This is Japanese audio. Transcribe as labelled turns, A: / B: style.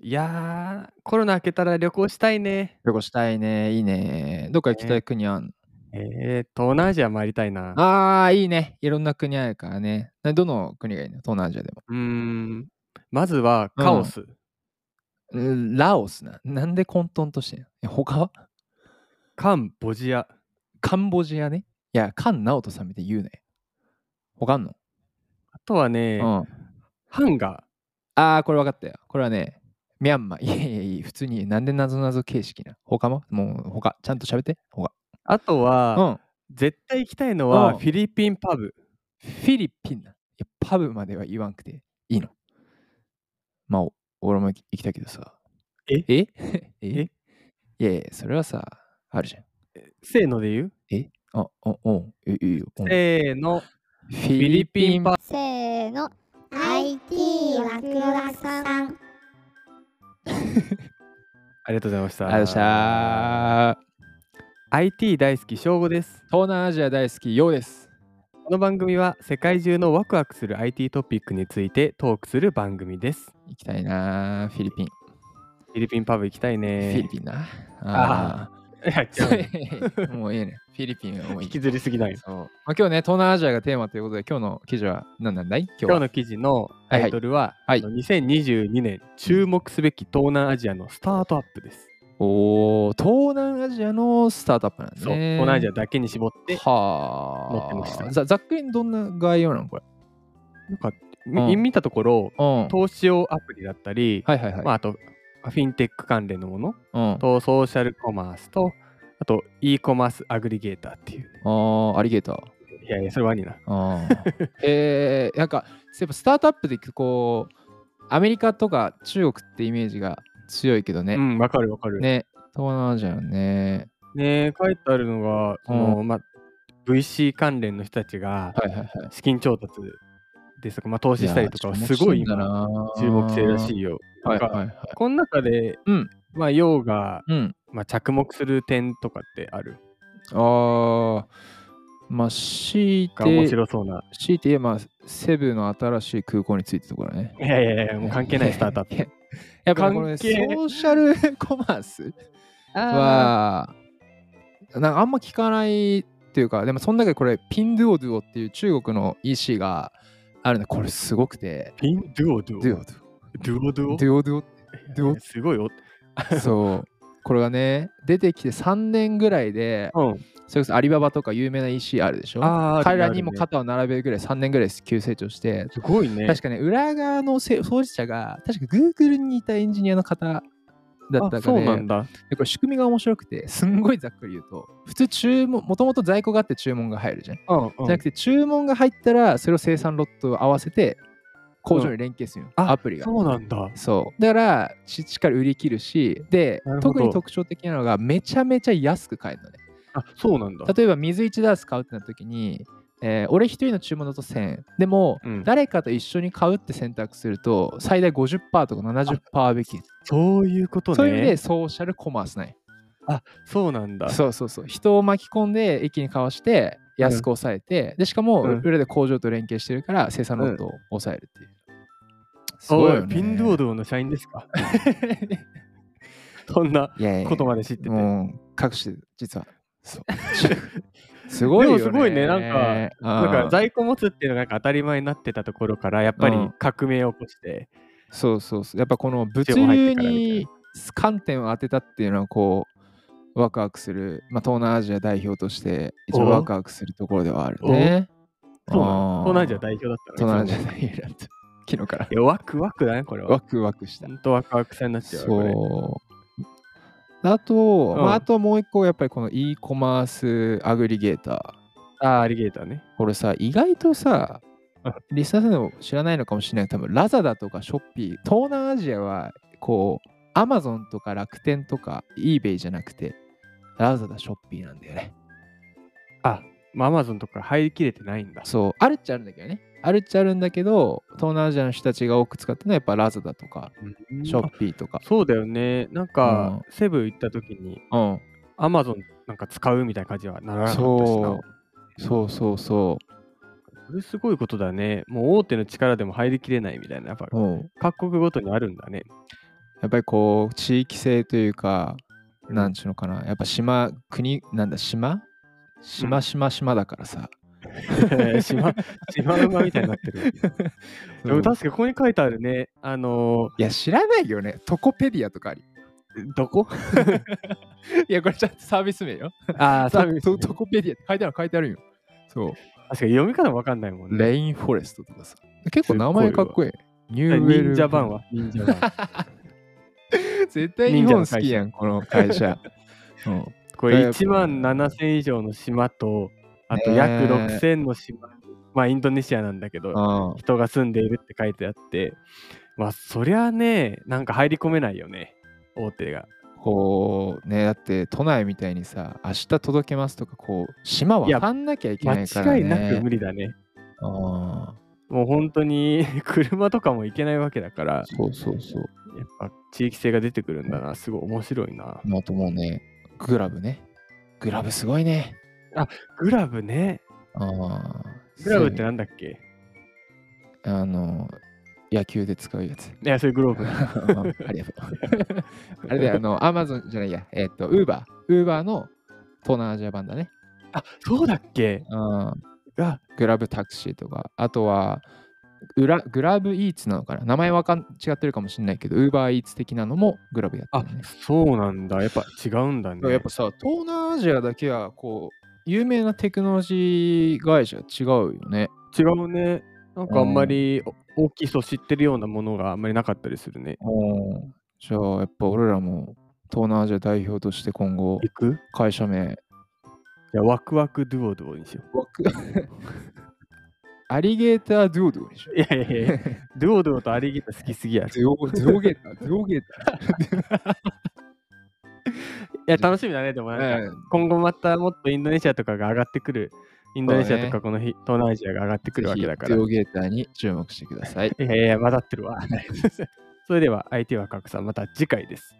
A: いや、コロナ明けたら旅行したいね。
B: 旅行したいね、いいね。どっか行きた
A: ね。
B: い国あんの？
A: ええ、東南アジア回りたいな。
B: ああ、いいね。いろんな国あるからね。などの国がいいの？東南アジアでも。
A: うーん、まずは
B: う
A: カオ
B: ん。
A: ス。
B: うん、ラオスな。なんで混沌としてんの？え、他は？
A: カンボジア。
B: カンボジアね。いや、菅直人さんみたいに言うなよ。他あんの？
A: あとは
B: う
A: ね、
B: ん。
A: ハンガー。
B: ああ、これ分かったよ。これはね、ミャンマー。いやいやいや、普通になんでなぞなぞ形式な。他も？もう他、ちゃんと喋って、他。
A: あと
B: う
A: は、
B: ん。
A: 絶対行きたいの
B: う
A: は
B: ん。
A: フィリピンパブ。
B: フィリピンな。いや、パブまでは言わんくていいの。まあ、お俺も行き行きたいけどさ。
A: え？
B: え えい
A: え？
B: やいや、それはさ、あるじゃん。
A: え、せーので言う？
B: えあ、お、おん、え、いいよ、うん。フ
A: せーの、フィ
B: ィ
A: リ
B: リ
A: ピン
B: ピ
A: パ
B: ン。
C: せーの IT ワクワクさん
A: ありがとうございまし
B: ありがとうござい
A: た。
B: ました。
A: IT 大好き、しょうごです。
B: 東南アジア大好き、ようです。
A: この番組は世界中のワクワクする IT トピックについてトークする番組です。
B: 行きたいな、フィリピン。
A: フィリピンパブ行きたい
B: フィリ
A: ね。
B: ピンな。
A: あ
B: ああ。
A: あ、いや、違
B: そうう
A: の。
B: もういいね。フィリピンはもうい
A: 引
B: い。
A: きずりすぎないよ。
B: そう。まあ、今日ね、東南アジアがテーマということで、今日の記事は何なんだい今日
A: 今日
B: は。
A: の記事の
B: は
A: タ
B: いは
A: イ
B: い。
A: トルは、
B: は
A: あ
B: い。
A: の2022年
B: うん。
A: 注目すべき東南アジアのスタートアップです。
B: おお、東南アジアのスタートアップなんだ
A: そう、東南アジ
B: ね。
A: アだけに絞って載ってまし
B: はあ。
A: た。
B: ざざっくりどんな概要なのこれ。
A: なんか、
B: う
A: み
B: ん。
A: 見たところ、
B: うん。はい
A: 投資用アプリだったり、
B: はいは
A: まあ、
B: い。
A: あと、フィンテック関連のもの
B: うん。
A: と、ソーシャルコマースと、あと、e コマースアグリゲーターっていうね。
B: ああ、アリゲーター。
A: いやいや、それはありな。
B: ああ。 えー、なんか、やっぱスタートアップでこう、アメリカとか中国ってイメージが強いけど
A: う
B: ね。
A: ん、わかるわかる。
B: ね、東南アジアはね。
A: ね書いてあるのが、
B: う
A: そ
B: ん。は
A: の、まあ、VC 関連の人たちが
B: いはいはい。
A: 資金調達ですとか、まあ、投
B: い
A: 資し
B: や
A: たり
B: ー、
A: とかを
B: 注目
A: す
B: して
A: ごい
B: んだ
A: 今、
B: な
A: 注目してるら
B: ー。
A: しいよ。なん
B: はい
A: か、
B: はいはい。
A: この中で、
B: うん、
A: まあ、要が、
B: うん。
A: まあ、着目する点とかってある
B: ああ、まあ、強い
A: が面
B: て、
A: 白そうな。
B: 強いて言えば、セブの新しい空港についてところね。
A: いやいやいや、もう
B: ね
A: 関
B: い
A: 係な
B: や
A: いスタートアッ
B: いや
A: プ。
B: やっぱね、こ
A: 関
B: れ、ソ
A: 係、
B: ーシャルコマース
A: ああ、
B: は、なんかあんま聞かないっていうか、でも、その中でこれ、ピンドゥオドゥオっていう中国の EC があるの、これすごくて、
A: ピンドゥオドゥ
B: ドゥ
A: オ
B: オド
A: ド
B: ゥ
A: ゥオドゥオ
B: オ、ドゥオドゥオ、ドゥ
A: い
B: オ
A: やすごいよ。
B: そう。これがね、出てきて3年ぐらいで、
A: うん。
B: それこそアリババとか有名な EC あるでしょ
A: ああ、ある
B: 彼
A: ね、
B: ら
A: あ
B: に
A: る
B: も
A: ね。
B: 肩を並べるぐらい3年ぐらい急成長して、
A: すごいね。
B: 確かね、裏側のせ創始者が、確か Google にいたエンジニアの方だっ
A: あ、
B: たか
A: そうな
B: で、
A: んだ。
B: でこれ仕組みが面白くて、すんごいざっくり言うと、普通注文、もともと在庫があって注文が入るじゃん。
A: うんう。
B: じゃなんくて、注文が入ったら、それを生産ロットを合わせて、工
A: う
B: 場
A: ん。
B: に連携するよ、
A: あ、
B: アプリが。
A: そうなんだ。
B: そう。だから、ししっかり売り切るし、で、
A: なるほ
B: 特に
A: ど。
B: 特徴的なのが、めちゃめちゃ安く買えるのね。
A: あ、そうなんだ。
B: 例えば水1ダース買うってなった時に、えー俺一人の注文だと1000円。でも、
A: うん。
B: 誰かと一緒に買うって選択すると、最大50%とか
A: あ、
B: 70%引き。
A: そういうこと
B: そういう意味
A: ね。
B: でソーシャルコマースね。
A: あ、そうなんだ。
B: そうそうそう。人を巻き込んで一気に買わして、
A: う
B: 安く
A: ん。
B: 抑えて、で、しか
A: う
B: も
A: ん。
B: 裏で工場と連携してるから生産
A: う
B: ロッ
A: ん。
B: トを抑えるっていう。すご
A: お
B: い
A: い、
B: よ
A: ピンドー
B: ね。
A: ドの社員です かそんない
B: やいや
A: こ
B: い
A: とまで知っ
B: や、
A: てて。
B: もう隠して、実は。そう。 す
A: で
B: ごい
A: もす
B: よ
A: ごいね、なんか、
B: ね。う
A: なんか
B: ん。
A: 在庫持つっていうのがなんか当たり前になってたところから、やっ
B: う
A: ぱり
B: ん。
A: 革命を起こして、
B: そうそうそう。やっぱこの
A: 地
B: 物
A: 方入って
B: 流
A: からみたいな。
B: に観点を当てたっていうのはこう、ワクワクする、まあ、東南アジア代表として一応ワ
A: お
B: クワクするところではある
A: お
B: ね。
A: そうなの東南アジ
B: あ
A: ア
B: あ、
A: 代表だったの、い
B: 東
A: つ
B: 南
A: も
B: アジア
A: の。
B: 代表だった。昨日から
A: いや、ワクワクだね、これは。
B: ワクワクした。
A: ほんとワクワクさんになっちゃうわ、これ。
B: そう。あと、
A: う
B: まあ、あ
A: ん。
B: ともう一個やっぱりこの e コマースアグリゲーター。
A: あー、アリゲーターね。
B: これさ、意外とさ、
A: うん
B: リスナーさんでも知らないのかもしれないけど、多分ラザダとかショッピー、東南アジアはこう、アマゾンとか楽天とか eBay じゃなくて、ラザダショッピーなんだよね。
A: あ、まあ、アマゾンとか入りきれてないんだ。
B: そう、あるっちゃあるんだけどね。あるっちゃあるんだけど、東南アジアの人たちが多く使ってるのはやっぱラザダとか、
A: う
B: シ
A: ん、
B: ョッ
A: あ
B: ピーとか。
A: そうだよね。なん
B: う
A: か、
B: ん。
A: セブ行った時に、
B: うん。
A: アマゾンなんか使うみたいな感じはならなかったしな。
B: そう、そうそうそ
A: それすごいことだね。もう大手の力でも入りきれないみたいな、やっぱ
B: う。うん
A: 各国ごとにあるんだね。
B: やっぱりこう地域性というか、なんちゅうのかな、やっぱ島、国、なんだ、島島島島だからさ。
A: 島、島馬みたいになってる。で
B: そ
A: も
B: う
A: 確かここに書いてあるね、あの
B: いや、知らないよね。トコペディアとかあり。
A: ー、どこ
B: いや、これちゃんとサービス名よ。
A: ああ、サービスね
B: トトコペディアって書いてある、書いてあるんよ。そう。
A: 確かに読み方わかんないもんね。
B: レインフォレストとかさ。結構名前かっこいい。ニューウェル
A: 忍者版は忍者版。
B: 絶対日本好きやん、この会社。 うん
A: これ1万7000以上の島と、あと約
B: ね
A: 6000の島、まあインドネシアなんだけど、
B: あ
A: 人が住んでいるって書いてあって、まあそりゃね、なんか入り込めないよね、大手が。
B: あこうねだって都内みたいにさ明日届けますとかこう島
A: いや
B: わかんなきゃいけないから
A: 間
B: ね
A: 違いなく無理だね。
B: ああ
A: もう本当に 車とかも行けないわけだから、や
B: そうそうそう
A: っぱ地域性が出てくるんだな、すごい面白いな。
B: あともうねグラブねグラブすごいね
A: グラブね、
B: ああ
A: グラブってなんだっけ
B: あの野球で使う やつ
A: いや、それグローブ。
B: ありがとう あれであのアマゾンじゃないやえっとウーバーウーバーの東南アジア版だね
A: あ、そうだっけ
B: ああ
A: あ、
B: グラブタクシーとか、あとはグラグラブイーツなのかな名前はかん違ってるかもしれないけど、ウーバーイーツ的なのもグラブやって
A: あ
B: る、ね。
A: そうなんだ。やっぱ違うんだね。
B: やっぱさ、東南アジアだけはこう、有名なテクノロジー会社違うよね。
A: 違うね。なんかあんまりお大きい人知ってるようなものがあんまりなかったりするね。
B: じゃあ、やっぱ俺らも東南アジア代表として今後、
A: 行く
B: 会社名、
A: じゃあワクワクドゥオドゥオにしよ
B: アリゲータードゥオドゥでしょ
A: う。い。やいやい や、ドゥオドゥオとアリゲータ好きすぎやろ。い
B: ドゥオドゥオゲーター、ドゥオゲー
A: や、楽しみだね。でも
B: タ
A: なんか、
B: ー。
A: 今後またもっとインドネシアとかが上がってくる。インドネシアと
B: そう
A: かこの日、東南アジアが上がってくるわけだから。
B: ドゥ
A: い
B: オゲーターに注目してください。
A: やいや、混ざってるわ。それでは IT ワクワクさん、また次回です。